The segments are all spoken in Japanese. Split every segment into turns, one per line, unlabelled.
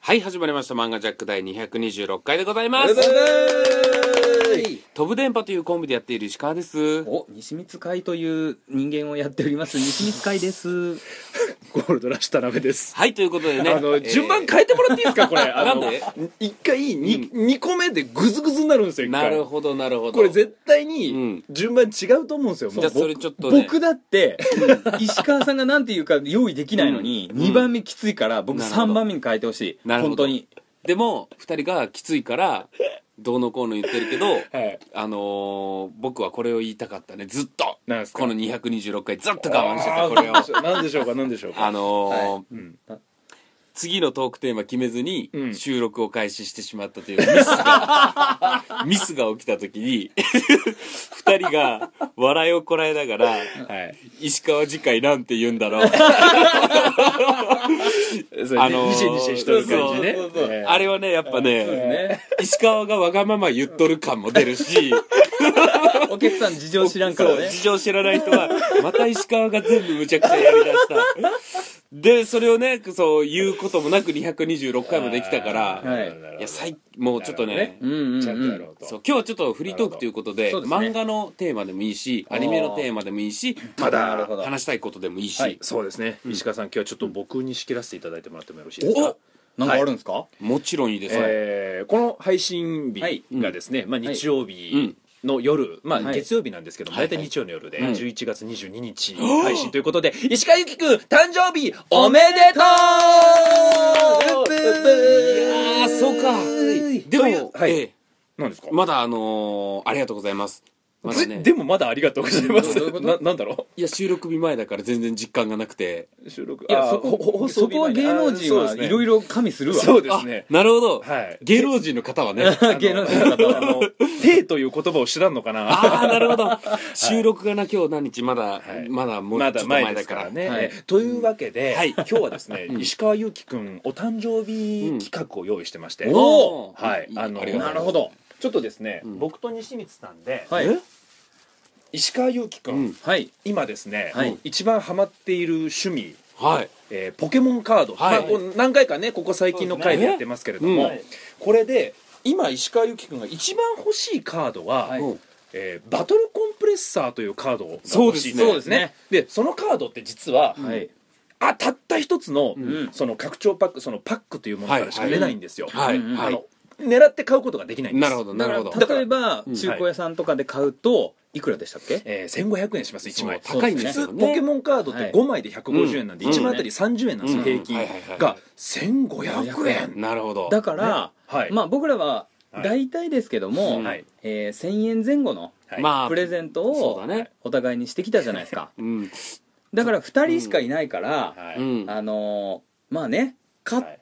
はい、始まりました。漫画ジャック第226回でございま
あり
す
が。とうございます
飛ぶ電波というコンビでやっている石川です。
お西光会という人間をやっております西光会です
ゴールドラッシュ田辺です
はい、ということでね。
あの
えー
順番変えてもらっていいです かこれあの
なんで
一回に二個目でグズグズになるんですよ一
な
回
るほど、なるほど。
これ絶対
うん
に順番違うと思うんですよ
じ
も
ゃあ
う
それちょっとね。
僕だって 石川さんがなんて言うか用意できないのに、
ん
2番目きついから僕
なるほど
3番目に変えてほしい
なるほ
本
ど
当に
でも、二人がきついから、どうのこうの言ってるけど、
はい
あのー僕はこれを言いたかったね。ずっと。
なんですか
この226回ずっと我慢してた、
あー
これを。
なんでしょうかなんでしょうか
あのー
は
うん
次のトークテーマ決めずに
うん
収録を開始してしまったという ミスが、ミスが起きた時に 二人が笑いをこらえながら
はい
石川次回なんて言うんだろう
それ
あのー
ニシニシしとる感じね
そうそうそうそう
えー
あれはねやっぱね
ね
石川がわがまま言っとる感も出るし
お客さん事情知らんから
そう
ね
事情知らない人はまた石川が全部むちゃくちゃやりだしたでそれをねそう言うこともなく226回もできたから、
はい
いや最もうちょっと
なるほ
ね
どね
うんうん、うん、
ちゃんとやろう
そう
と
今日はちょっとフリートークということで
なるほどそうで
漫
すね
画のテーマでもいいし
ー
アニメのテーマでもいいした
なる
だ
ほど
話したいことでもいいし、
はい
そうですね石川さん今日はちょっと僕に仕切らせていただいてもらってもよろしいですか
お
なんかあるんですか、
もちろんいいです、
えーこの配信
はい
日がですね、まあ、
はい
日曜日の夜、まあ、
はい
月曜日なんですけども、
はい
大体日曜の夜で
うん
11月22日配信ということで、石川由紀くん誕生日おめでと
いや
う
ーそうかで
とい
も
う、はい
え
なんですか
ー、まだあのーありがとうございますまだね
でもまだありがとうござい
ど
ます
ういうこと
ななんだろ
いや収録日前だから全然実感がなくて
う収録
いや
あー
そこ
ほ放送
そ
日
こは
前に
芸能人
あーそうで
は
すね
いろいろ加味するわ
そうですね
なるほど、
はい
芸能人の方はね
芸能人の方
あの「て」という言葉を知らんのかな
ああなるほど収録がな今日何日まだ、
はい
まだもうちょ
ま
っ
だ
と前
前で
だ
す
か
かららね、
はい
えーというわけで、
はい
今日はですね、石川祐希くんお誕生
うん
日企画を用意してまして、
おー
はい
いい
あの
ありがとうございます
なるほど
ちょっとですね、
ん
僕と西光さんで、
はい
え
石川祐希くん、
うん
はい
今ですね、
はい
一番ハマっている趣味
はい
えーポケモンカード、
はい
まあ、こう何回かねここ最近の回でやってますけれど
そ
も、
うで
これで今石川由紀君が一番欲しいカードは、
はい
うん
えーバトルコンプレッサーというカードが
そう
欲
ですね
しいと
そうですね
でそのカードって実は、
はい
あたった一つの,、
ん
その拡張パックそのパックというものからしか出ないんですよ、
はい、
うんうん
は
あ
い
の狙って買うことができないんです
なるほどなるほど
だから
例えば
うん
中古屋さんとかで買うといくらでしたっけ、
えー、1500円します1枚
そう高いんです
普
よ
通
ね
ポケモンカードっ
は
て
い
5枚で150円なんで
うん
1枚あたり30円なんですよ、
うん
平均
はいはいはい
が1500円
なるほど
だから、
はい
まあ僕らは大体ですけども、
はい
えー1000円前後の
はい
まあ
プレゼント
そう
を
だね
お互いにしてきたじゃないですか
うん、
だから2人しかいないから、
は
う
い
ん、
あのーまあね買っ
はい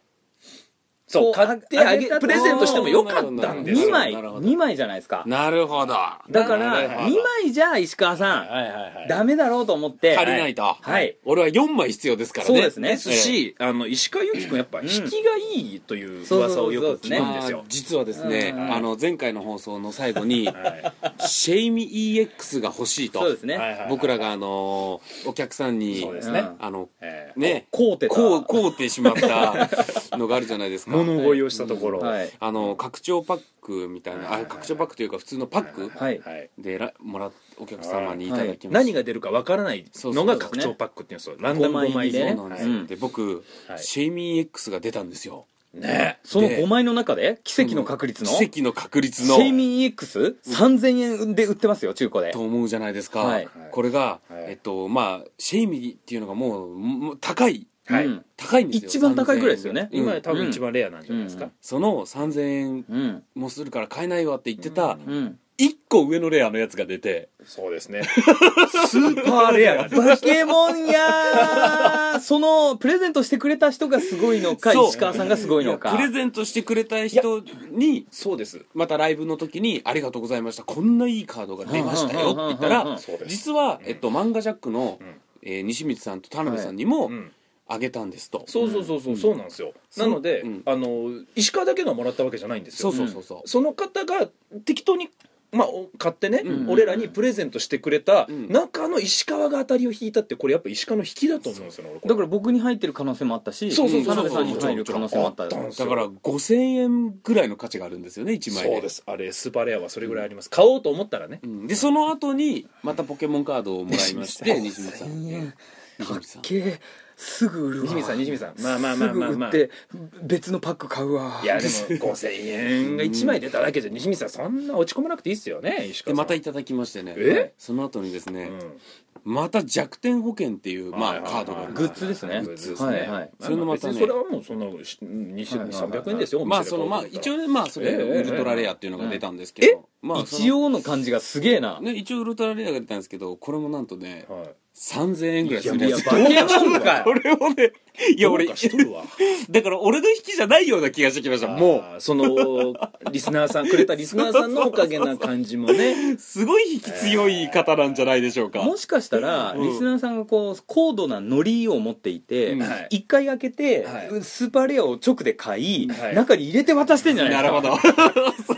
そ
こ
う
う
買ってあ
あ
げ
げたと
プレゼントしてもよかったんです
2
よ
枚
なるほど
2枚じゃないですか
なるほど
だか
な
ら
るほど
2枚じゃ石川さ
はいはいは
ん
い
ダメだろうと思って
足りないと、
はい
俺は4枚必要ですからね
そうですね
ですし、あの石川由紀君やっぱ
ん
引きがいいという噂をよく聞くんですよ
まあ。実はですね、
うん
あの前回の放送の最後に
はい
シェイミ EX が欲しいと
そうですね、
はいはい
僕らがあのーお客さんに
そうですね
うん
あの
えー
ね
こうてた
こうこうてしまったのがあるじゃないですか
物乞いをしたところ、
はい
あの拡張パックみたいなあ拡張パックというか普通のパック
はい
はい
でらもらっお客様にいただきました、
何が出るかわからないのが拡張パックっていうんですよ。ランダム5枚
で
そう
ね
ね
なんですよ、
うん
で僕、
はい
シェイミ EX が出たんですよ
ね。
その
で
5枚の中で奇跡の確率の
奇跡の確率の
シェイミー EX3000 円で売ってますよ中古で
と思うじゃないですか、
はい
これが、
はい
えっとまあシェイミーっていうのがもうもう高い
はい。
うん
高いんですよ
一番高いぐらいですよね
3000円
今
うん
多分一番レアなんじゃないですか。
その3000円
うん
もするから買えないわって言ってた
うん
1個上のレアのやつが出て
そうですね。スーパーレアが出
バケモンやー そのプレゼントしてくれた人がすごいのか
そう
石川さんがすごいのか
プレゼントしてくれた人に
そうです。
またライブの時に「ありがとうございましたこんないいカードが出ましたよ」って言った
うんうんうんうん
ら
そうです
実は、えっと、漫画ジャックの、
ん
えー西光さんと田辺さんにも
うん
あげたんですと、
そうそうそうそうそうなんですよ。なので
うん、
あの石川だけのはもらったわけじゃないんです
そ
よ。
うそうそうそう
その方が適当にまあ、お買ってね、
うん
俺らにプレゼントしてくれた
うん
中の石川が当たりを引いたってこれやっぱ石川の引きだと思うんですよね俺これ
だから僕に入ってる可能性もあったし
そう
そうそう
田辺さんに入る可能性もあった
あったんです
だから5000円ぐらいの価値があるんですよね1枚で
そうですあれスーパーレアはそれぐらいあります買おうと思ったらね
うんでその後にまたポケモンカードをもらいまして西
西
見さん
1000円
西
かっ
見さん
けえすぐ売るわ
西見さん西見さんまあまあ
す
まあ
ぐ
まあま
売
あ
って別のパック買うわ
いやでも5000円が1枚出ただけじゃ西見さんそんな落ち込まなくていいっすよね石
で
川さん
またいただきましてね
え
その後にです
う
ね、
ん
また弱点保険っていう、ま
は
あ、
いはい
カ
はい
ードがあるん
グッズですね
グッズですね
はいはい
まあ
そ
まあ別に
れのまたね
それはもうそんなし2000 300円ですよお店で
まあそのまあ一応ねまあそれ
ええ
ウルトラレアっていうのが出たんですけど、まあ
一応の感じがすげえな
応、ね、一応ウルトラレアが出たんですけどこれもなんとね
はい
3000円ぐらいする
いや
やつ
化け物かよ
これをねいや俺
どうかしとるわ
だから俺の引きじゃないような気がしてきましたも
あー そのリスナーさんくれたリスナーさんのおかげな感じもね
うすごい引き強い方なんじゃないでしょうか、
もしかしたら
うん
リスナーさんがこう高度なノリを持っていて
うん
はい
一回開けて
はい
スーパーレアを直で買い
はい
中に入れて渡してんじゃないで
な
す
る
か
ほ どそう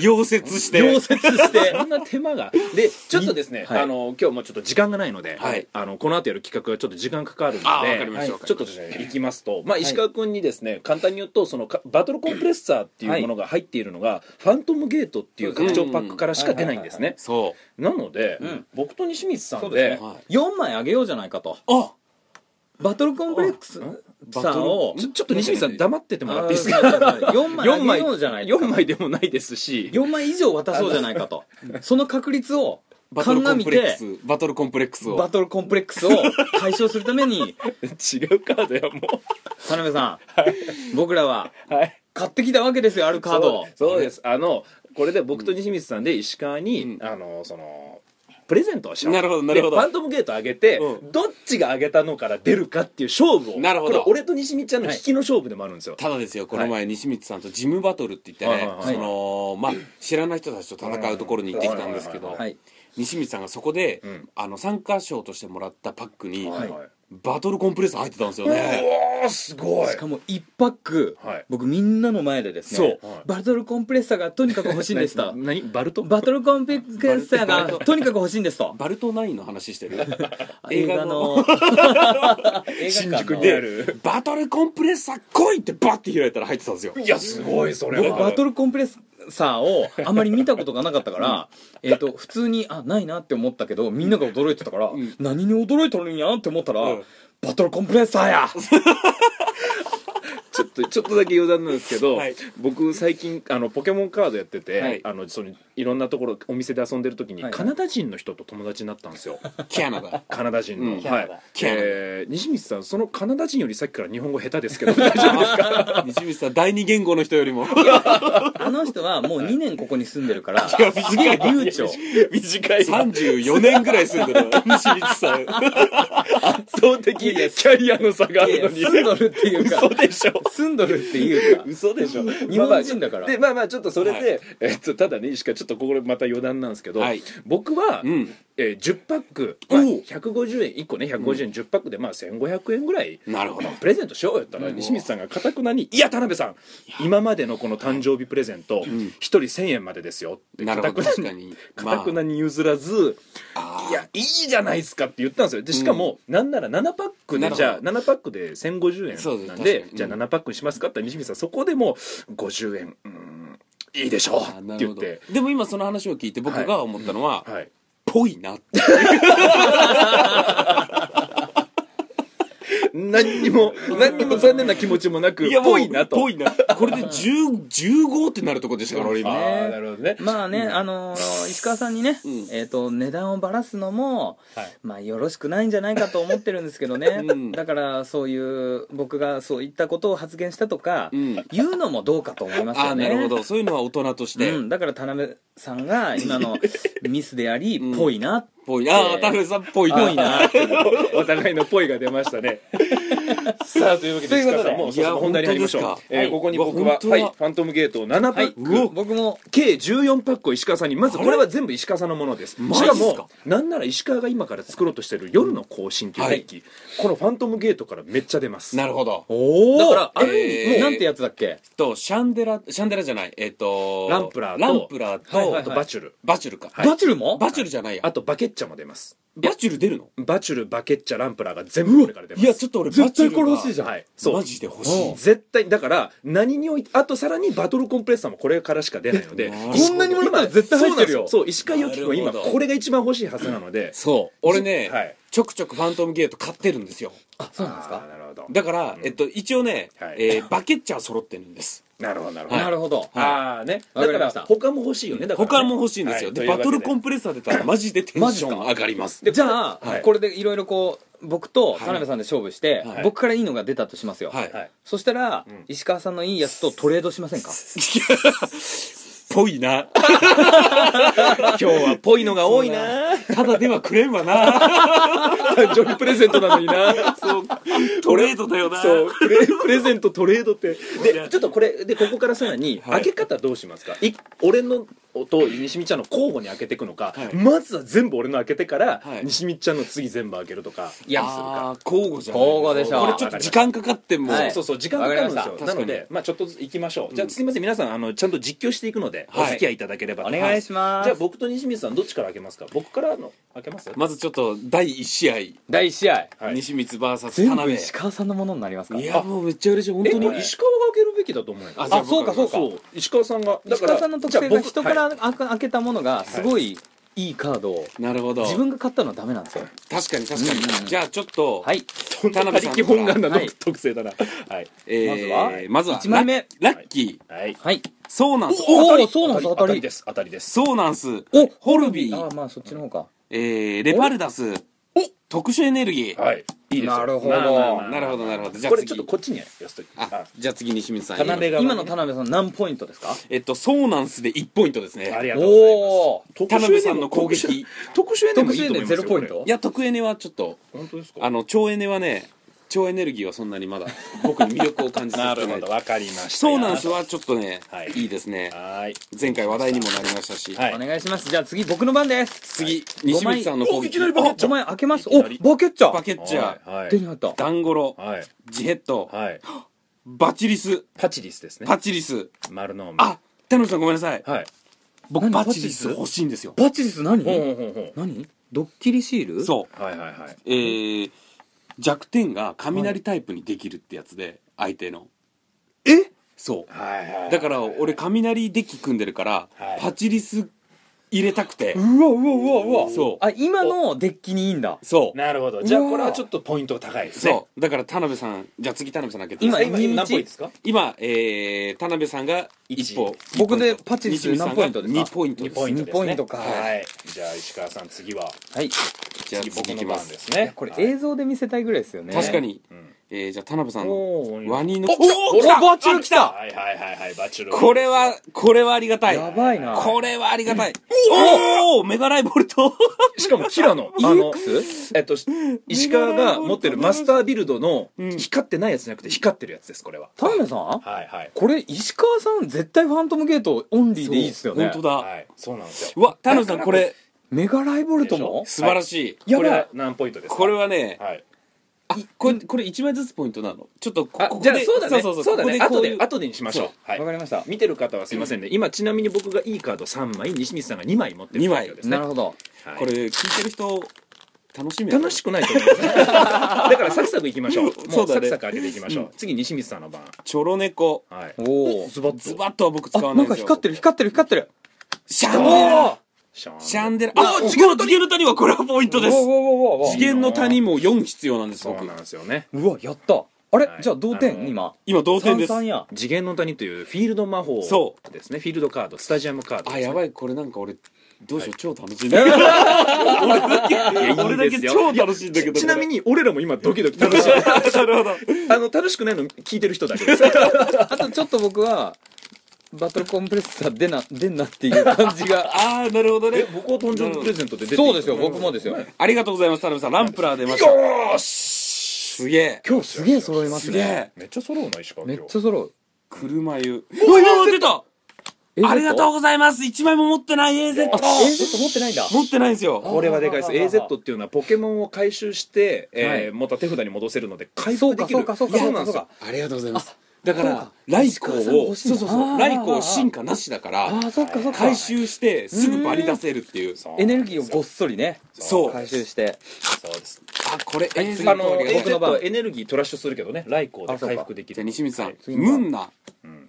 溶接して
溶接して
そんな手間がでちょっとですね、
はい
あの今日もうちょっと時間がないので、
はい
あのこの後やる企画はちょっと時間かかるので
あーわかりましたわかりま
はい
した
ちょっとですねいきますと、まあ、石川君にですね簡単に言うとそのかバトルコンプレッサーっていうものが入っているのが、ファントムゲートっていう拡張パックからしか出ないんですね、
そ
なので、
うん
僕と西光さ
そ
ん
うです
で
ね
はい
4枚あげようじゃないかと
あ
バトルコンプレックスさんを
ちょちょっと西光さん黙っててもらっていいですか
4枚
4
あげ
枚
ようじゃない
4枚でもないです し
4枚以上渡そうじゃないかとその確率を
バトルコ
鑑み
ンプレッ
て
クスバトルコンプレックスを
バトルコンプレックスを解消するために
違うカードやも
田辺さん僕らは
うはい
買ってきたわけですよあるカードを
そうそうですあのこれで僕と西光さんで石川に、
うん
あのそのプレゼントをしよう
なるほどなるほど
でファントムゲート上げて、
うん
どっちが上げたのから出るかっていう勝負を
なるほど
これ俺と西光ちゃんの引きの勝負でもあるんですよ、
ただですよこの前西光さんとジムバトルって言ってね、
はいはいはい
そのまあ知らない人たちと戦うところに行ってきたんですけど、
はい
はい
西光さんがそこで、
うん
あの参加賞としてもらったパックに、
はい
バトルコンプレッサー入ってたんですよ
う
ね、
わーすごい
しかも1パック、
はい
僕みんなの前でですね
そうはい
バトルコンプレッサーがとにかく欲しいんですと
な何バルト
バトルコンプレッサーがとにかく欲しいんですと
バルトナインの話してる
映
映
画
画
の
の
映
新
画館
宿
の
にある
バトルコンプレッサー来いってバッて開いたら入ってたんですよ
いやすごいそれ
僕
は
バトルコンプレッサーをあんまり見たことがなかったからえっと普通にあないなって思ったけどみんなが驚いてたから、
ん
何に驚いてるんやって思ったら、
うん
バトルコンプレッサーや
ちょっとちょっとだけ余談なんですけど、
はい
僕最近あのポケモンカードやってて、
はい
い、あのそのいろんなところお店で遊んでる時に、
はいはい
カナダ人の人と友達になったんですよ
キャナダ
カナダ人の、
うん
は
キャナ
い
ダ
キャナダ
えー西光さんそのカナダ人よりさっきから日本語下手ですけ ど大丈夫ですか
西光さん第二言語の人よりも
あの人はもう2年ここに住んでるから
いや
すげえ流暢
短いわ
34年ぐらい住んでる西光さん
圧倒的キャリアの差があるのに
いや住んどるっていうか
嘘でしょ
住んどるっていうか
嘘でしょ日
本人だから
でまあまあちょっとそれで、えっとただねしかちょっとこれまた余談なんですけど、
はい
僕は、
うん
えー10パック、
おう
まあ150円1個ね150円10パックで、まあ、1500円ぐらい
なるほど
プレゼントしようよったら
うん
西光さんがかたくなに「いや田辺さん今までのこの誕生日プレゼント1人1000円までですよ」って
な
か
る
た
ほ
く
ど
な
確か
に
に
かたくなに譲らず「いやいいじゃないですか」って言ったんですよでしかもなんなら7パック
なるほど
でじゃあ7パックで
そう
1050
で
円
す
なんで
確かに
じゃあ
うん
7パックにしますかって言ったら西光さんそこでもう50円うんいいでしょう
あ
っ
な
て
る
言っ
ほど
て
でも今その話を聞いて僕が思ったのは、
はい
ぽいなって
何にも何にも残念な気持ちもな
も
く
う
ぽいなと
ぽいなこれで10 15ってなるとこでしたから俺
あ
今
ーなるほどね
まあね、あのー石川さんにね、
うん
えー、と値段をばらすのも、
はい
まあよろしくないんじゃないかと思ってるんですけどね、
うん
だからそういう僕がそういったことを発言したとか、
うん
言うのもどうかと思います
あ
よ
あ
ね
なるほどそういうのは大人として、
うん、だから田辺さんが今 のミスであり
うん
ぽいな、
ぽいああ田辺さんぽいな
ぽいな
お互いのポイが出ましたねさあというわけで
という
石
こと
川
で
さんもう早速本題に入りましょ
い
う
や本当ですか
えーここに僕
うわ本
は
当
は
だ
いファントムゲートを7パ
はい
ッ、ク、
僕も
計14パックを石川さんにまずこれは全部石川さんのものです
マ
し
ジっ
か
すか
もなんなら石川が今から作ろうとしてる夜の更新というデッキ、この「ファントムゲート」からめっちゃ出ます
なるほど
おお
だ
だ
か
からら
あ
あ
れ
れ、
もうな
なんん
て
てやつだっけ
とシャンデラシャンデラじゃないえっ、と
ランプラーと
ランプラーと、
はいはい
あとバチュル
バチュルか、
バチュルも
バチュルじゃないや
あとバケッチャも出ます
バチュル出るの
バチュルバケッチャランプラーが全部これから出ます
いやちょっと俺バチュルが
じゃん
はいそう
マジで欲しい
絶対だから何においてあとさらにバトルコンプレッサーもこれからしか出ないので
なるほど
石
こんなにもらったら絶対入ってるよ
そうなんですよそう石川由紀子は今
なるほど
これが一番欲しいはずなので
そう俺ね、
はい
ちょくちょくファントムゲート買ってるんですよ
あそうなんです
あー
か
なるほど
だから、えっと一応ね、
はい
えーバケッチャー揃ってるんです
なるほどなるほど
なるほど
ああね
わか
だか
り
ら
ました
他も欲しいよねだからね
他も欲しいんですよ、
はいと
で
いうわ
バ
け
トルコンプレッサー出たらマジでテンション上がります
じゃあ、
はい
これでいろいろこう僕と
い
田辺さんで勝負して、
はい
僕からいいのが出たとしますよ、
はい、
はい
そしたら、
ん
石川さんのいいやつとトレードしませんか
ぽいな
今日はぽいのが多いな
ただではくれんわ な
誕生日プレゼントなのに なそう
トレードだよな
そうプレプレゼントトレードってでちょっとこれでここからさらに
は
開
い
け方どうしますか、い、俺のと西見ちゃんの交互に開けていくのか、
はい
まずは全部俺の開けてから、
はい
西見ちゃんの次全部開けるとか
いや
あー交互じゃない
交互でしょ
これちょっと時間かかっても、
はい
そうそう時間かかるんですよ
わかりました
なのでまあちょっとずつ行きましょう、じゃあ
うん
すみません皆さんあのちゃんと実況していくので、
はい
お付き合いいただければと
お願いします、
じゃあ僕と西水さんどっちから開けますか僕からの開けます
まずちょっと第1試合、
第1試合
はい
西光 VS 田
全部
辺
石川さんのものになりますか
いやもうめっちゃ嬉しい本
え
当
こ
に
れ石川が開けるべきだと思うよ
あじゃあ
あそうかそうか
そう石川さんがだ
石
から
川さんの特性
じゃ
が
あ僕
人から開か開けたものがすごいいいカードを
なるほど
自分が買ったのはダメなんですよ
確かに確かに、
うんうん
じゃあちょっと、
はい
そんな他力本願な
はい
特性だな。はい。
えーまずは
一枚目
ララッキー
はい。
はい
そうなんす
お
お
ーそうなんです当たり
です。当たりです。
そうなんす
お
ホルビー
ああまあそっちの方か
えー、レパルダス特殊エネルギー、
はい。いいですよ。
なるほど
まあまあまあ
なるほどなるほどじゃあ
これ
次
ちょっとこっちにやらせといて。
あじゃあ次西水さん
田辺が
今の田辺さん何ポイントですか
えっとそうなんすで1ポイントですね
ありがとうご
おお
ざいま
田
す。
辺さんの攻撃
特殊エネル
特
ギ
殊
ーいいと思
で
います
ゼ
よ
ロポイント
いや特エネはちょっと
これ本当ですか
あの超エネはね超エネルギーはそんなにまだ僕に魅力を感じて
な
き
る
てな
ほ
い
ど。わかりました。
そうなんすはちょっとね、
はい
い、いですね
はい。
前回話題にもなりましたし、
はい
お願いしますじゃあ次僕の番です
次西水さんの攻
おい
撃
きなりバケッチャ
あお前開けます
い
お
き
バ
なり
ケッチャ
バケッチャー
はい。
手に入った
ダンゴロ
はい。
ジヘッド
はい。
バチリス
パチリスですね。
パチリス
丸の海。
あ田辺さんごめんなさい
はい。
僕
何
バチリス欲しいんですよ
バチリス何
ほうほうほうほう
何ドッキリシールう
そう
はいはいはい。
えー、弱点が雷タイプにできるってやつで相手の
え
そう
はいはい。
だから俺雷デッキ組んでるから
はい
パチリス入れたくて
うわうわうわうわ
そう
あ今のデッキにいいんだ
そう
なるほど。じゃあ
うわー
これはちょっとポイントが高いですね。
そうだから田辺さんじゃあ次田辺さん開けて
今
今今
今
何ポイントですか？
今、えー、田辺さんが
一
1歩
僕でパチリス
西水さんが
何ポイントですか
2ポイント
二
です
二ポ
ポイントですね。
イントか
はい。じゃあ石川さん次は
はい
じゃあ次
次僕
いき
の
ま
番
す
ですね。
これ
はい
映像で見せたいぐらいですよね
確かに、
うん
えー、じゃあ田辺さんの
おー
ワニの
おお
来た
バチル来た
はいはいはいはいバチュル。
これはこれはありがたい
やばいな
これはありがたいおおメガライボルト
しかもキラのあの
EX?
えっと石川が持ってるマスタービルドの光ってないやつじゃなくて光ってるやつですこれは。
田辺さん
はいはい
これ石川さん絶対ファントムゲートオンリーでいいっすよね
本当だ、
はいそうなんです
う
よ。
わ田辺さんこれ
メガライボルトも
でし
素晴らしい、
いや
こ
ばい
れは何ポイントですか？
これはね、
はい。
あこれこれ1枚ずつポイントなのちょっとこ
あ
ここ
じ
で
ゃあそうだね
そうそう
そうだね
ここ
後
でこうい
で
う
後でにしましょう
そ。
はい
わかりました
見てる方はすいませんね今ちなみに僕がいいカード3枚西光さんが2枚持ってる
二枚
状況ですね
なるほど
はい
これ聞いてる人楽しみ
楽し
く
くないと思いますだからサクサクいきましょうも
そう
う
だね
サクサク開けていきましょう次西光さんの番
チョロ猫
はい
おお
ズバッ
ズ
と
バッとは僕使わ
あな
な
いん
んで
か
すよ
光ってる光ってる光ってる
シャン
お
デラ
お
シャン
シャンデラあ次元の谷次元の谷はこれはポイントです
お
次元の谷も4必要なんです
そう
僕
なんですよね
うわやったあれ
はい
じゃあ同
あ
点
の
今
今同点です
三三や
次元の谷というフィールド魔法
そ
ですねフィールドカードスタジアムカード
あや
い
ばいこれなんか俺どうしよう超楽しい んだけど俺だけ俺だけ超楽しいんだけど
ちなみ
に
に俺らも今ドキドキ楽 しい
なるほど
あの楽しくないの聞いてる人だけです
あとちょっと僕はバトルコンプレッサー出な出んなっていう感じ が
ああなるほどね
僕は誕生日プレゼントで出ていい
そうですよ僕もですよ
ありがとうございます田辺さんランプラー出ましたよ
し
すげえ
今日
すげえ揃いますす
げ
ね
え
めっちゃ揃うな石川
め
今
っ
日
ちゃ揃う
車湯うわ今出た
え
ありがとうございます一枚も持ってない AZ
あ AZ 持ってないんだ
持ってないんですよ
これはでかいです
あー
AZ っていうのはポケモンを回収して、えーまた手札に戻せるので回復できる
そうかそうかそうか
いやなんですよ
ありがとうございますだからライ
石
コ
川さん
を
欲しいな
そうそうそ
あ
う
ー
ライコを進化なしだから
あーそっかそっか
回収してすぐバリ出せるっていう
そう
エネルギーをごっそりね
そう
回収して
そうです
あこれ AZ
あの
りがとう
AZ
の番
はエネルギートラッシュするけどねライコーで回復できる
じゃあ西光さん
次の
ムンナ
うん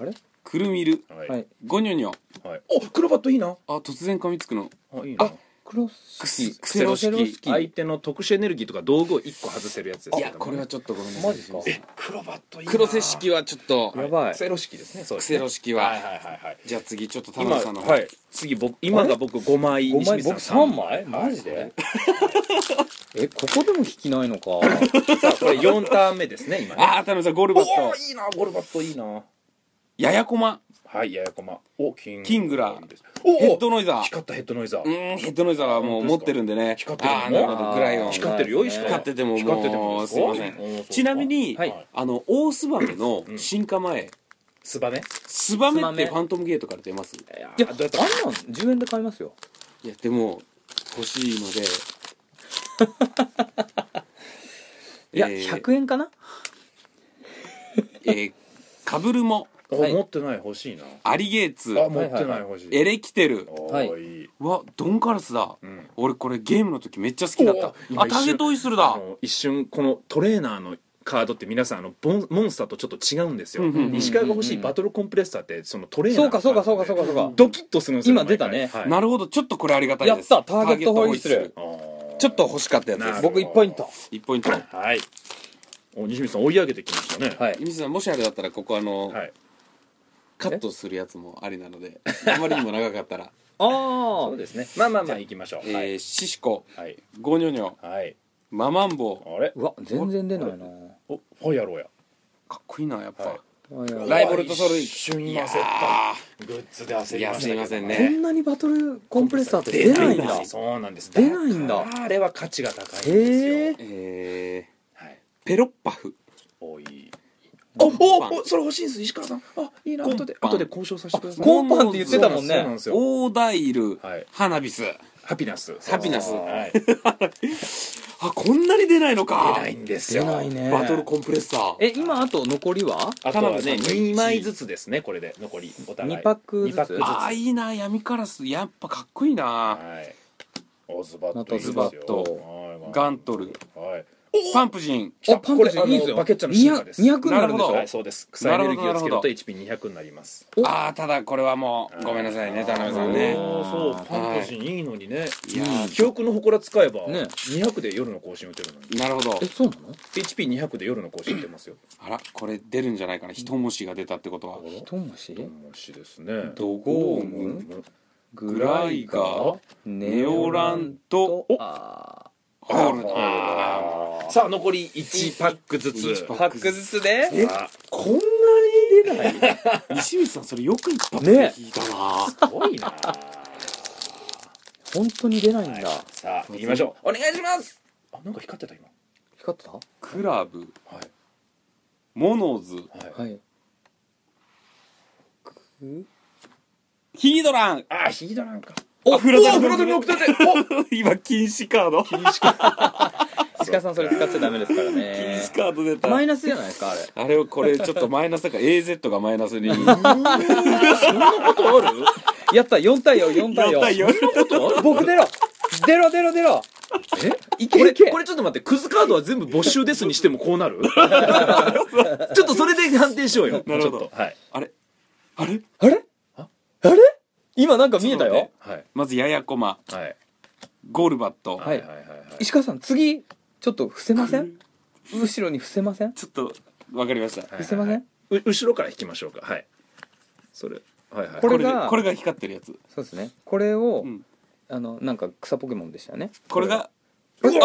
あれ
くるみる
はい
はい
ゴニョニョ
はいおクロバットいいな
あ突然噛みつくの
あいい
あクロ
ク
ス
ス
キ
ク
ク
セ
セ
ロ
ロ
式
式
相手の特殊エネルギーとか道具を1個外せるやつです
い
け
や
ど
これはちょっとごめんなさい
マジっすか
えクロバットいいな
黒瀬式はちょっと
やばい
クセロ式ですねそうで
ク
すね
セロ式
はい
は
はいはいはい
じゃあ次ちょっと田
今
辺さんの方
はい次僕今が僕5枚
5枚
西光
僕
さん
3枚マジで えここでも引きないのか
さあこれ4ターン目ですね今ね
ああ田辺さんゴールバッ
お
ト
ーいいなゴルバットいいな
ややこま
はいややこまおキン
キングラー
おお
ヘッドノイザー
光ったヘッドノイザ
う
ー
ーんヘッドノイザーはもう持ってるんでね
光ってるの
ああーなるほど
あー
グライオン
光ってるよ石川
光ってても
光ってても
もうすいません
おーそう
ちなみに
はい
あのオオスバメの
うん
進化前
スバメ
スバメ
スバ
っ
メ
てファントムゲートから出ます
いや
いや
ど
あ
うん
なん
やった
10円で買いますよ
いやでも欲しいので
いや
えー
100円かな
えーカブルモ
お
はい
持ってない欲しいな
アリゲーツ
あ持ってない欲しい
エレキテル
お
はい
ーいい
わドンカラスだ
うん
俺これゲームの時めっちゃ好きだった
お今
あ
一瞬
ターゲットホイッスル
あ
だ
の一瞬このトレーナーのカードって皆さんあのボンモンスターとちょっと違うんですよ
うんうんうんうん
西川が欲しいバトルコンプレッサーってそのトレーナ
そ
ー
う
のカ
か
ード
そう
で
かそうかそうかそうか
ドキッとするんですよ
今出たね
毎回はい
なるほどちょっとこれありがたいです
やったターゲットホイッスル
ターゲットホイ
あー
ちょっと欲しかったやつで
なる
す
ほど
僕
僕1ポイント
1ポイント
はいお西見さん追い上げてきましたね
はい
ゆみさんもしあれだったらここあの、
はい
カットするやつもありなのであまりにも長かった ら、
あ
そうですねまあまあまあ行きましょ
え
うはい
ー、シシコ
はい
ゴニョニョ
はい
ママンボ
あれ
あうわ全然出ないな
おファイアローや
ウかっこいいなやっぱ、
はい
あいや
ライボルトソルイ
一瞬
い
今
や
焦っ
ー
たグッズで焦りましたけど
いやすいませんね
こんなにバトルコンプレッサーって出ないんだ
そうなんです
出ないんだ
からあれは価値が高いんですよ
へえ
えー、
はい
ペロッパフ
多い
おおお
それ欲しいんです石川さんあいいな後で
パン
後で交渉させてください
コーンパンって言ってたもん
そうなん
ね
ですよ
オーダイル、
はい
ハナビス
ハピナス
ハピナス
はい
あこんなに出ないの
出
か
ないんです
出
よ
ないね
バトルコンプレッサー
え今あと残りは
あと
田
はね
辺さんが一位
2枚ずつですねこれで残りお互い
二パックずつ
二パックずつ
あーいいな闇カラスやっぱかっこいいな
はいオズバットいいです
オズ
よ
バ
ット
はいまあ
ガントル
はい
パンプジン
お
パンプジン
これ
いいですよ
あのバケッチャの進化です
200になるんでし
なるほ
ょ
はいそうです草エネルギーをつけると HP200 になります
お
ああただこれはもうごめんなさいね田辺さんね
おーそう
はい
パンプジンいいのにね
いやー
記憶の祠使えば
ね
200で夜の更新打てるのに
なるほど
えそうなの
HP200 で夜の更新打てますよ
あらこれ出るんじゃないかな一虫が出たってことは
トンマシ
どんもしですね
ドゴーム
グ
ライガーネオランと
あ
ホルダー
あーさあ残り1パックずつ
一パ
ーパックずつで
え
さあ
こんなに出ない西光さんそれよく一発で
ね
聞いたな、
すごいな
本当に出ないんだ
さあ行きましょうお願いしますあなんか光ってた今
光ってた
クラブ
はい
モノズ
は
は
い
い
ヒードラン
あーヒードランか
おフラダル
フラドル6点でお
今禁止カード 禁
石川さんそれ使っちゃダメですからね
止カード出た
マイナスじゃないですかあれ
あれをこれちょっとマイナスだから AZ がマイナスに
ことあるやった4対44対4
四対
僕出ろ出ろ出ろ出ろえいけ
こ
い
れ
け
これちょっと待ってクズカードは全部没収ですにしてもこうなるちょっとそれで判定しようよ
なるほど
ちょっとはい
あれあれ
あれあれ今なんか見えたよ
はい
まずややこま
はい
ゴルバット、
はい
はいはい
石川さん次ちょっと伏せません後ろに伏せません
ちょっとわかりました、
はい
伏せません
う後ろから引きましょうかはいそれはいはい
これが
でこれが光ってるやつ
そうですねこれを
うん
あのなんか草ポケモンでしたよね
これが
うわー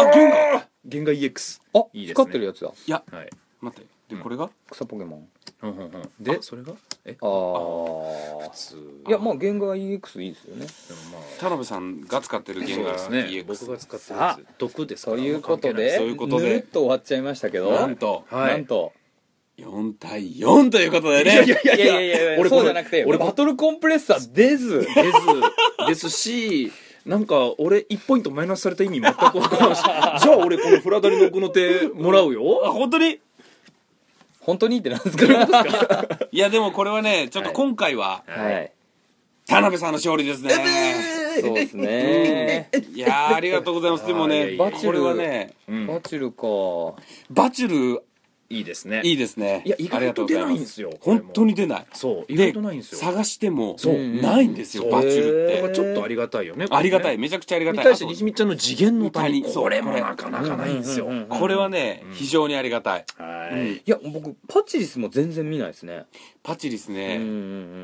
原画 EX
あ
いいですね
光ってるやつだ
いや
はい
待ってで
うん
これが
草ポケモン
うんうんうんでそれがえ
ああ
普通
いやまあ原画 EX いいですよね
でもまあ
田辺さんが使ってる原画
そうですね
EX
僕が使ってるや
さ
つ毒ですか
と
ら
いうことで
そういうことで
ぬるっと終わっちゃいましたけど
なんと
はい
なんと
4対4ということでね
いやいやいやいや
俺
そうじゃなくて
俺
バトルコンプレッサー出ず
ですですしなんか俺1ポイントマイナスされた意味全く分からんしじゃあ俺このフラダリの奥の手もらう
あ
よ
本当に
本当にってなんですか
いやでもこれはねちょっと今回は
はい
田辺さんの勝利ですね、
そうですね
いやーありがとうございますでも
いや
ね
いや
いや
これはね
うん
バチュルか
バチュル
いいですね
いいですね
いや意
ありがとう
外と
ご
出
ざい
な
ます
いんですよ
本当に出ない
そう意
で
外とないんですよ
探しても
そう
ないんですよ
そう
バチュルって
これちょっとありがたいよね
ありがた
い
いめちゃくちゃありが
に
たい
対
あ
して
と
西光ちゃんの次元の谷
谷そう
これも
これ
なかなかないんですよ
うんうんうんうん
これはね非常にありがたい
はい
いや僕パチリスも全然見ないですね
パチリス
うんうん
ね
う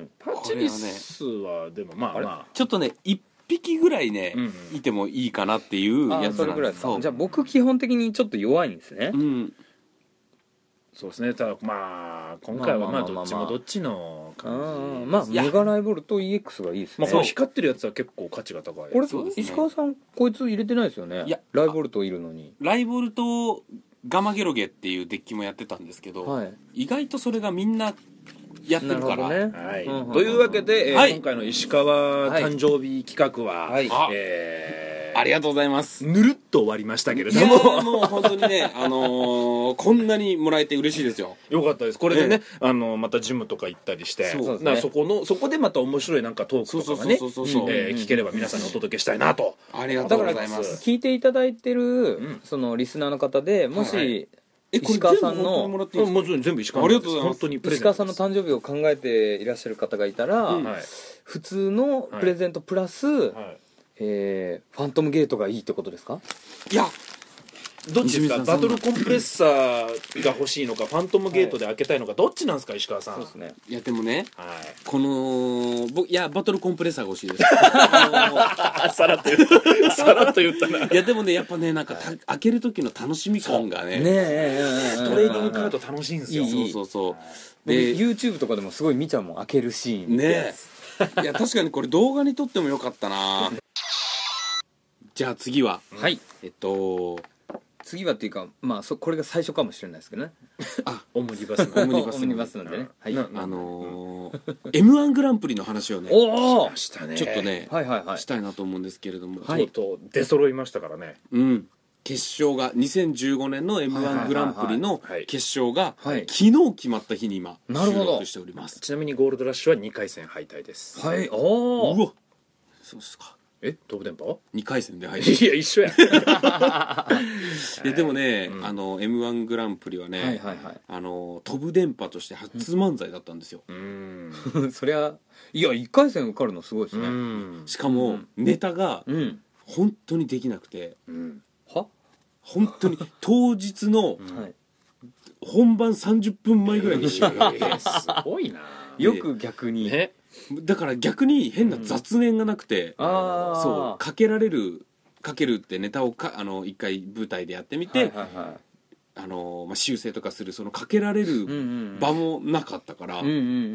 ん
パチリスはでもまあま
ちょっとね1匹ぐらいね
うんうん
いてもいいかなっていう
あ
や
ー
つ
そ
な
れ
ん
ぐらい
で
ですすか
そう
じゃあ僕基本的にちょっと弱いんですね
うん
あそうですねただまあ今回はまあ
まあまあまあまあ
どっちもどっちの
う
感
んう
じ
んまあ
いや
メガライボルと EX がいいです
ま
ね
あこの光ってるやつは結構価値が高い
これ
そうですね
石川さんこいつ入れてないですよね
いや
ライボルトいるのに
ライボルトガマゲロゲっていうデッキもやってたんですけど、
はい
意外とそれがみんなやって
なる
る
ほ
か
ど
ら、
ね
はい、
うんうんうん
というわけで、えー
はい
今回の石川
はい
誕生日企画は、
はい
あ
えー
ありがとうございます
ぬるっと終わりましたけれ
い
ど
や
も
ーもう本当にね、あのーこんなにもらえて嬉しいですよ
よかったですこれでね、あのまたジムとか行ったりして
そう
そ
そう
ですね
なそこのそこでまた面白いなんかトークとかがね
そうそうそうそうそう
えー聞ければ皆さんにお届けしたいなと
ありがと
だ
う
か
ご
ら
ざいます
聞いていただいてる
ん
そのリスナーの方でも
は
し
えこれ
石川さんの
全部本当にもらっていいですか
もちろん全部石川
ありがとうございます
本当にプレゼ
石
ント
川さんの誕生日を考えていらっしゃる方がいたら
うん
はい
普通のプレゼントプラス
はい
えーファントムゲートがいいってことですか
いや
どっち
西
ですか
水さん
バトルコンプレッサーが欲しいのかファントムゲートで開けたいのかどっちなんですか石川さん
そうですね
いやでもね
はい
この僕いやバトルコンプレッサーが欲しい ですあ
あさらっと言ったさらっと言ったな
のーいやでもねやっぱねなんかた開ける時の楽しみ感がね
ねえ
トレーディングカード楽しいんですよ
いい
そうそうそう
僕
で
YouTube とかでもすごい見ちゃうもん開けるシーン
ね えいや確かにこれ動画に撮ってもよかったなじゃあ次は
はい
えっと
次はっていうかまあそこれが最初かもしれないですけどね
オムニバス
オ
の
ムニバス
オムニバスなんでねはい
あのー m 1グランプリの話をねち
おお
したね
ょっとね、
はいはいはい
したいなと思うんですけれども、
はい
とうとう出揃いましたからね
うん、決勝が2015年の m
はいはいはいは
1
い
グランプリの
はい
決勝が、
はい
昨日決まった日に今
なるほど
収録しております
ちなみにゴールドラッシュは2回戦敗退です
はいおお
うわそうっすか
え東武電波
2回戦で入る
いや一緒や
いやでもね、
うん
あの m 1グランプリはね、
はいはいは
あの飛ぶ電波として初漫才だったんですよ、
うーん
い そりゃいや一回戦受かるのすごいです
う
ね
ん
しかもネタが
うん
本当にできなくて
うん
は
本当に当日の
うん
はい
本番30分前ぐらいに仕 上がって
すごいな
よく逆に
ね
だから逆に変な雑念がなくて、
ああ
そうかけられるかけるってネタをかあの一回舞台でやってみて、
はいはいは
あのまあ、修正とかするそのかけられ
いうんう
る
ん
場もなかったから、
うんうん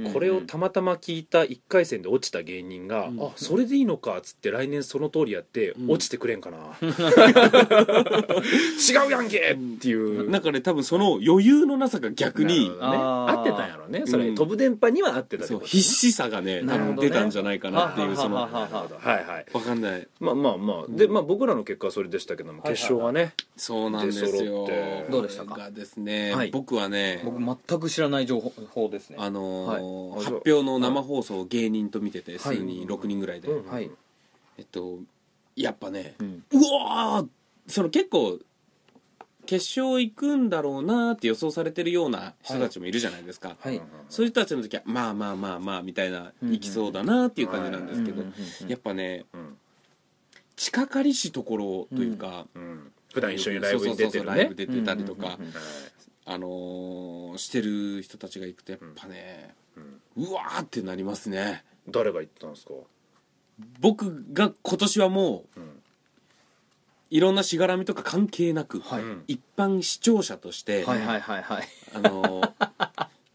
うん
これをたまたま聞いた1回戦で落ちた芸人が、
うん
あそれでいいのかっつって来年その通りやって
うん
落ちてくれんかな、 違うやんけって いう、
なんかね多分その余裕のなさが逆に
なるほどね
あー
合ってたんやろねそれ、
うん
飛ぶ電波には合ってたって
そう
こと
必死さがね多
なるほ
分
どね
出たんじゃないかなっていうその
ははは
わ
はは
はいはい
かんない
まあまあまあでまあ僕らの結果はそれでしたけども
はいはいはい
決勝はね
そうなんです
出揃
よ
って
どうでしたか
がですね、
はい
僕はね
僕全く知らない情報報ですね
あのー
はい
発表の生放送を芸人と見てて数
はい
人6人ぐらいで、
うん
はい
えっとやっぱね
うん
うわーその結構決勝行くんだろうなーって予想されてるような人たちもいるじゃないですか、
はい
そういう人たちの時はまあまあまあまあみたいな
うんうん
行きそうだなーっていう感じなんですけど、
うんうんうんうん
やっぱね
うん
地下かりしところというか、
うん普段一緒にライブに出
そ
て
うそうそう
る
ライ
ね
ブ出てたりとか、
うんうんうん
あのーしてる人たちが行くとやっぱね、
うん
うわーってなりますね
誰が言ったんですか
僕が今年はもう
うん
いろんなしがらみとか関係なく、
はい
うん
一般視聴者として、
はいはいはいはい
あのー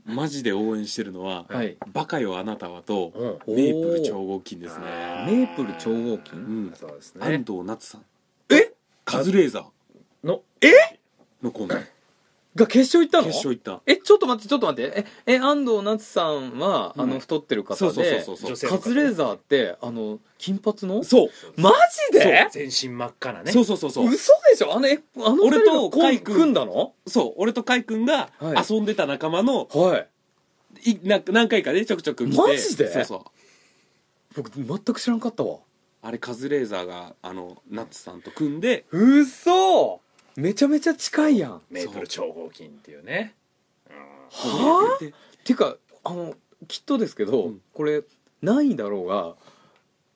マジで応援してるのは
はい
「バカよあなたは」と
う
「
ん
メープル超合金」ですね
あ
メープル超合
う
金
ん
そうです
安
ね
藤夏さん
え
カズレーザー
の
のコンビ
が決勝行ったの
決勝行った
えちょっと待ってちょっと待ってええ安藤夏さんはあの太ってる方で
そうそうそうそう
女性
カズレーザーってあの金髪の
そう
マジで
全身真っ赤なね
そうそうそうそう
嘘でしょあのえあの
俺と
カ
カ
イ
イ
く
君
組んだの
そう俺と海君が
はい
遊んでた仲間の
はい
いな何回かねちょくちょく来て
マジで
そうそう
僕全く知らんかったわ
あれカズレーザーがあのナッツさんと組んで
嘘めちゃめちゃ近いやんは
メープル超合金っていうね
あ
で
てかあのきっとですけど、
うん
これ何位だろうが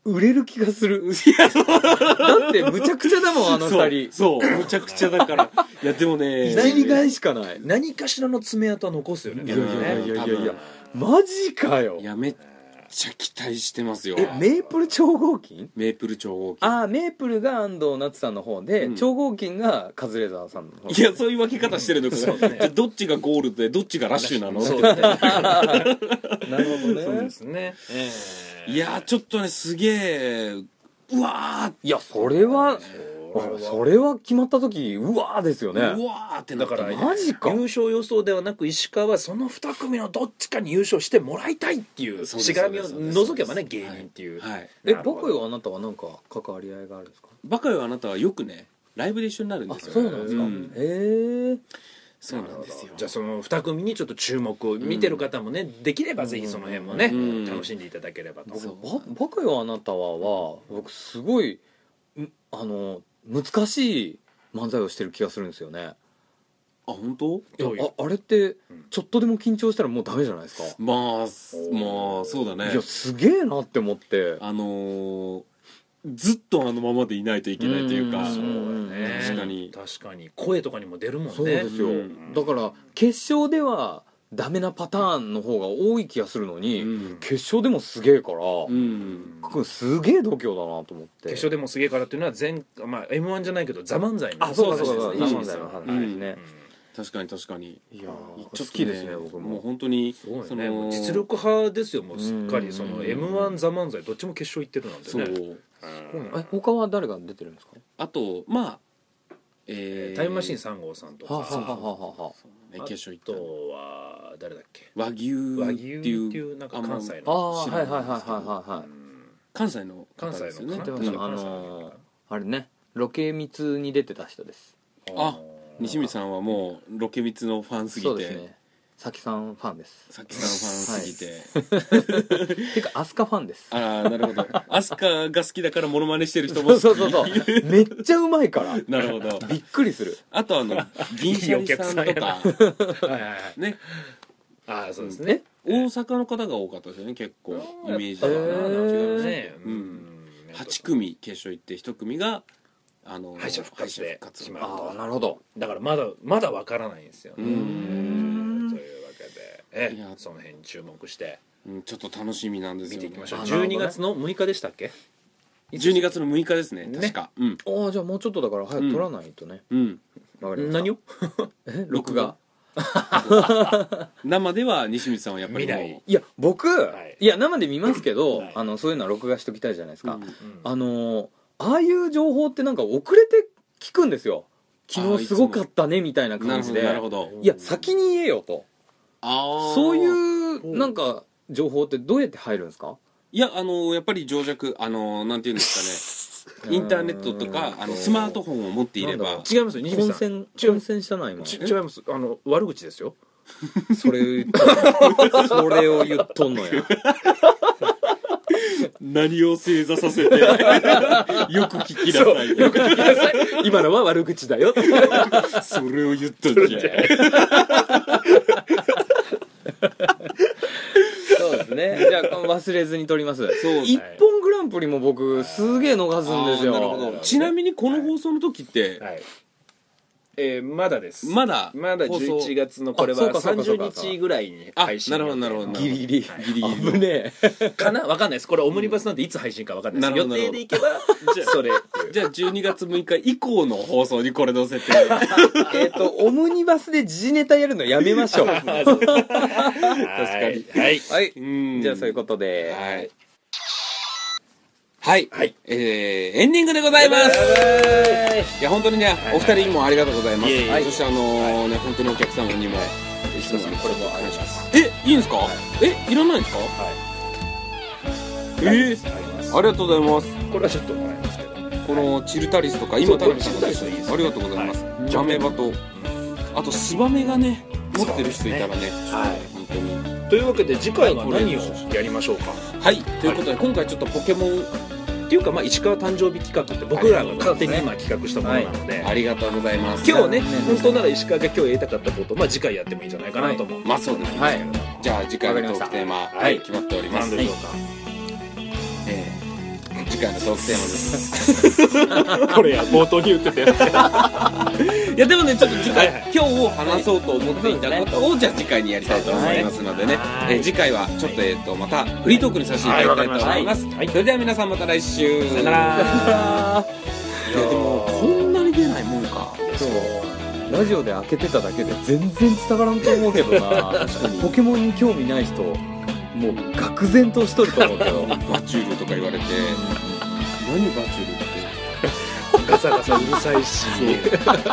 売れる気がするだってむちゃくちゃだもんあの
そう
二人
そうむちゃくちゃ だからいやでもね
いじりがいしかない
何かしらの爪痕は残すよね
い
や
多
いや
分ね
いやいやいやいや
多分
マジかよ
いやめっちゃ期待してますよ
えメープル超合金
メープル超合金
ああメープルが安藤夏さんの方で、
うん
超合金がカズレーザーさんの方
いやそういう分け方してるのか
そうね
じゃあどっちがゴールでどっちがラッシュなの
そう
って
なるほどね
そうですね
いやーちょっとねすげえうわ
いやそれは
そう
それは決まった時うわーですよ
ー、
ね
うわーってな
だ
っ
か
た
ら
マジか
優勝予想ではなく石川はその2組のどっちかに優勝してもらいたいっていう
そうです
しがみを
そうですそうです
除けばね芸人っていう、
はい
え
なるほど
僕よあなたは何か関わり合いがあるんですか
バカよあなたはよくねライブで一緒になるん
あ
ですよ
そうなんですか、
うん
へえ
そうなんですよ
じゃあその2組にちょっと注目を見てる方もね、できればぜひその辺もね、
うん
楽しんでいただければと、
そう
ばバカよあなたはは僕すごいんあの難しい漫才をしてる気がするんですよね
あ本当
いや
どういう
ああれって
うん
ちょっとでも緊張したらもうダメじゃないですか、
まあす
おー
まあそうだね
いやすげえなって思って
あのーずっとあのままでいないといけないというか
うん
そうだね
確かに
確かに声とかにも出るもんね
そうですよ、
うん
だから決勝ではダメなパターンの方が多い気がするのに、
うん
決勝でもすげえから、
うん
これすげえ度胸だなと思って
決勝でもすげえからっていうのは前、まあ、m 1じゃないけど「ザ漫才の
あそうかそう
話
かそうか
ですねうん
ザ漫才の話
うん
ね
確かに確かに
いやー
ちょっとね
好きですね僕
もう
も
本当に
すごい
そ
ね
の
もう実力派ですよもうすっか
うん
りその m 1ザ漫才どっちも決勝行ってるなんて
そう
ねうん
え他は誰が出てるんですか
あとまあ
え
え
ー
ー
タイムマシーン3号さんと
はあ、はあ
か
はあはあは
ね決勝行
あと
っ
は誰だっけ
た和牛
和
っ
牛ってて
いう
いうなん
あ
か
んま
関西
あ
の
あー
知
はい
ら
はい
ない
はい
ですけど
はいは
う
い
ん
関西の方
関西の
ですよね
知
方
ってま
う
す
ん
あのーあれねロケ密に出てた人です
あ西光さんはもうロケミツのファンすぎ
そうです
て
ねさきさんファンです
さきさんファンすぎて、
てかアスカファンです
ああなる ほどアスカが好きだからモノマネしてる人も
そ
好
う
き
そうそうそうめっちゃうまいから
なるほど
びっくりする
あとあの銀シャリさん
いいお
と
客
か
はいはいはい
ね
ああそうですね
え
大阪の方が多かったですよね結構イメージ
だ
は
なへー
ね
うん8組決勝行って1組があの
敗者復活
敗
で
者復活
決まる
ああなるほど
だからまだまだわからないんですよ
う
ね
ーん
というわけでえ
いや
その辺に注目して
うんちょっと楽しみなんですよ、
見て
ね、
いきましょう
あなるほどね
12月の6日でしたっけ
12月の6日ですね
ね
確かうん
ああじゃあもうちょっとだから早く取らないとね、
うん
わかりました
何を
え録画
生では西光さんはやっぱりもう
見ない
いや僕、
はい
い、や生で見ますけど、
はい
あのそういうのは録画しときたいじゃないですか、
うん
あのーああいう情報ってなんか遅れて聞くんですよ昨日すごかったねみたいな
な
感
るほ
じ
ど
で
なるほど
いや先に言えよと
ああ
そういううなんか情報ってどうやって入るんですか
いやあのやっぱり情弱あのなんていうんですかねインターネットとかあのスマートフォンを持っていれ
なん
ば
だ
違いますよ西
混
光さん
戦
違う
混戦したな今
ち違いますあの悪口ですよ
それを言っとんそれを言っとんのや
何を正座させて よく聞きなさいよ
今のは悪口だよ
それを言っとんじゃ
そうですねじゃあ忘れずに撮ります
そう
一本グランプリも僕すげえ逃すんですよ
あーなるほどちなみにこの放送の時って、
はいえーまだです
まだ
まだ
放送
11月のこれ
あそ
は
うかそうかそうか
30日ぐらいに
あ
配信
なるほどなるほどなる
ギ
ほど
リギリ
はい
ギリギリ危ねえ
かなわかんないですこれオムニバスなんていつ配信かわかんないです
うんな
予
る
定
ほど
でいけばそれっていう
じゃあ12月6日以降の放送にこれ乗せて確
えっとオムニバスで時事ネタやるのやめまし ょうは
かに
はい
い
うん
じゃあそういうことで
はいはい、
はい
えーエンディングでございますいや本当にね、お二人にもありがとうございます、
いえいえ
そしてあのーね本当にお客様にも、いつも
これもお願いします
えいいんですか、えいらないんですか、えーありがとうございます
これはちょっともらいますけど
このチルタリスとか今田辺さんが出し
そうチルタリスいいです
た
ね
ありがとうございます、ジャメバとあとスバメがね持ってる人いたらね
はい
本当に
というわけで次回は
はい
何をやりましょうか
はいということで、今回ちょっとポケモン
っていうかまあ石川誕生日企画って僕らが勝手に今企画したものなので
ありがとうございます
今日ね
ね
本当なら石川が今日得たかったことまあ次回やってもいいんじゃないかなと思うん
まあそうですね、
はい
じゃあ次回のト
わ
ーク
か
テーマ、
た
はい、決まっておりま
何
す、
でしょうか
えー次回のトークテーマです
これや冒頭に言ってたやつ
いやでもねちょっと 次回、
はいはい
今日話そうと思っていたことを、じゃあ次回にやりたいと思いますのでね、
はい
えー次回はちょっと,、えー、とまたフリートークにさせていただきたいと思います、
はい
それでは皆さんまた来週
さよなら
いやでもこんなに出ないもんか
そうラジオで開けてただけで全然伝わらんと思うけどなポケモンに興味ない人もう愕然としとると 思うけど
バチュールとか言われて何バチュールって
ガサガサうるさいし
こ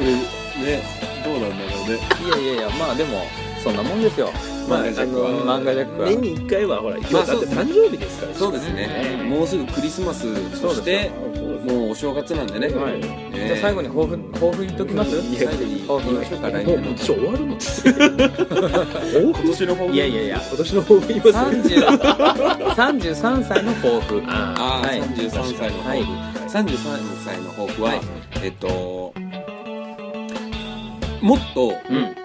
れねどうなんだろうね
いやいやいやまあでもそんなもんですよ
ま
漫
あ
画ジャックは
あの
漫画ジャックは
年に1回はほら今日
まあ
だって誕生日ですから
そうですね、もうすぐクリスマスそしてもうお正月なんでね、
はい
えー
じゃあ最後に抱負抱負言っときます
いや
最後に抱負言いましょうか
いや
来
いや
年
も
の
うちょ終わるの
今年の抱負
いやいやいや
今年の抱負言います
30 33歳の抱負
あ
ああ、
はい
33歳の抱負、33歳の抱負は、
はい
えっともっと
うん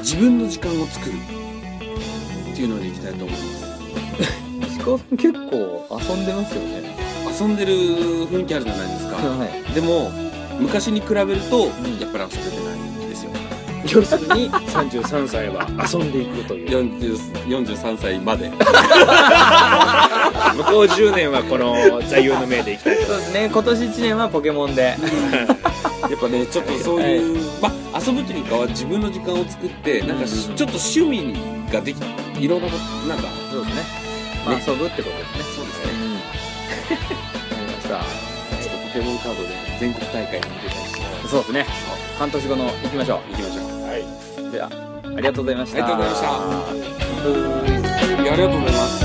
自分の時間を作るっていうのでいきたいと思いま
石川さん結構遊んでますよね
す遊んでる雰囲気あるじゃないですか
はい
でも昔に比べると、
ん
やっぱり遊べてないんですよ
ー要するに33歳は遊んでいくという
40 43歳ま で
向こう10年はこの座右の銘でいきたい
そうですね今年1年はポケモンで
やっぱねちょっとそういう、まあ遊ぶというかは自分の時間を作ってなんかし、
うん
ちょっと趣味ができいろんなことなんか
そうですねまあ
ね
遊ぶってことですね
そうです
うんわかりました
ちょっとポケモンカードで全国大会に出たりして
そうですね半年後の行きましょ
いきましょう
はい
ではありがとうございました
ありがとうございましたいやありがとうございます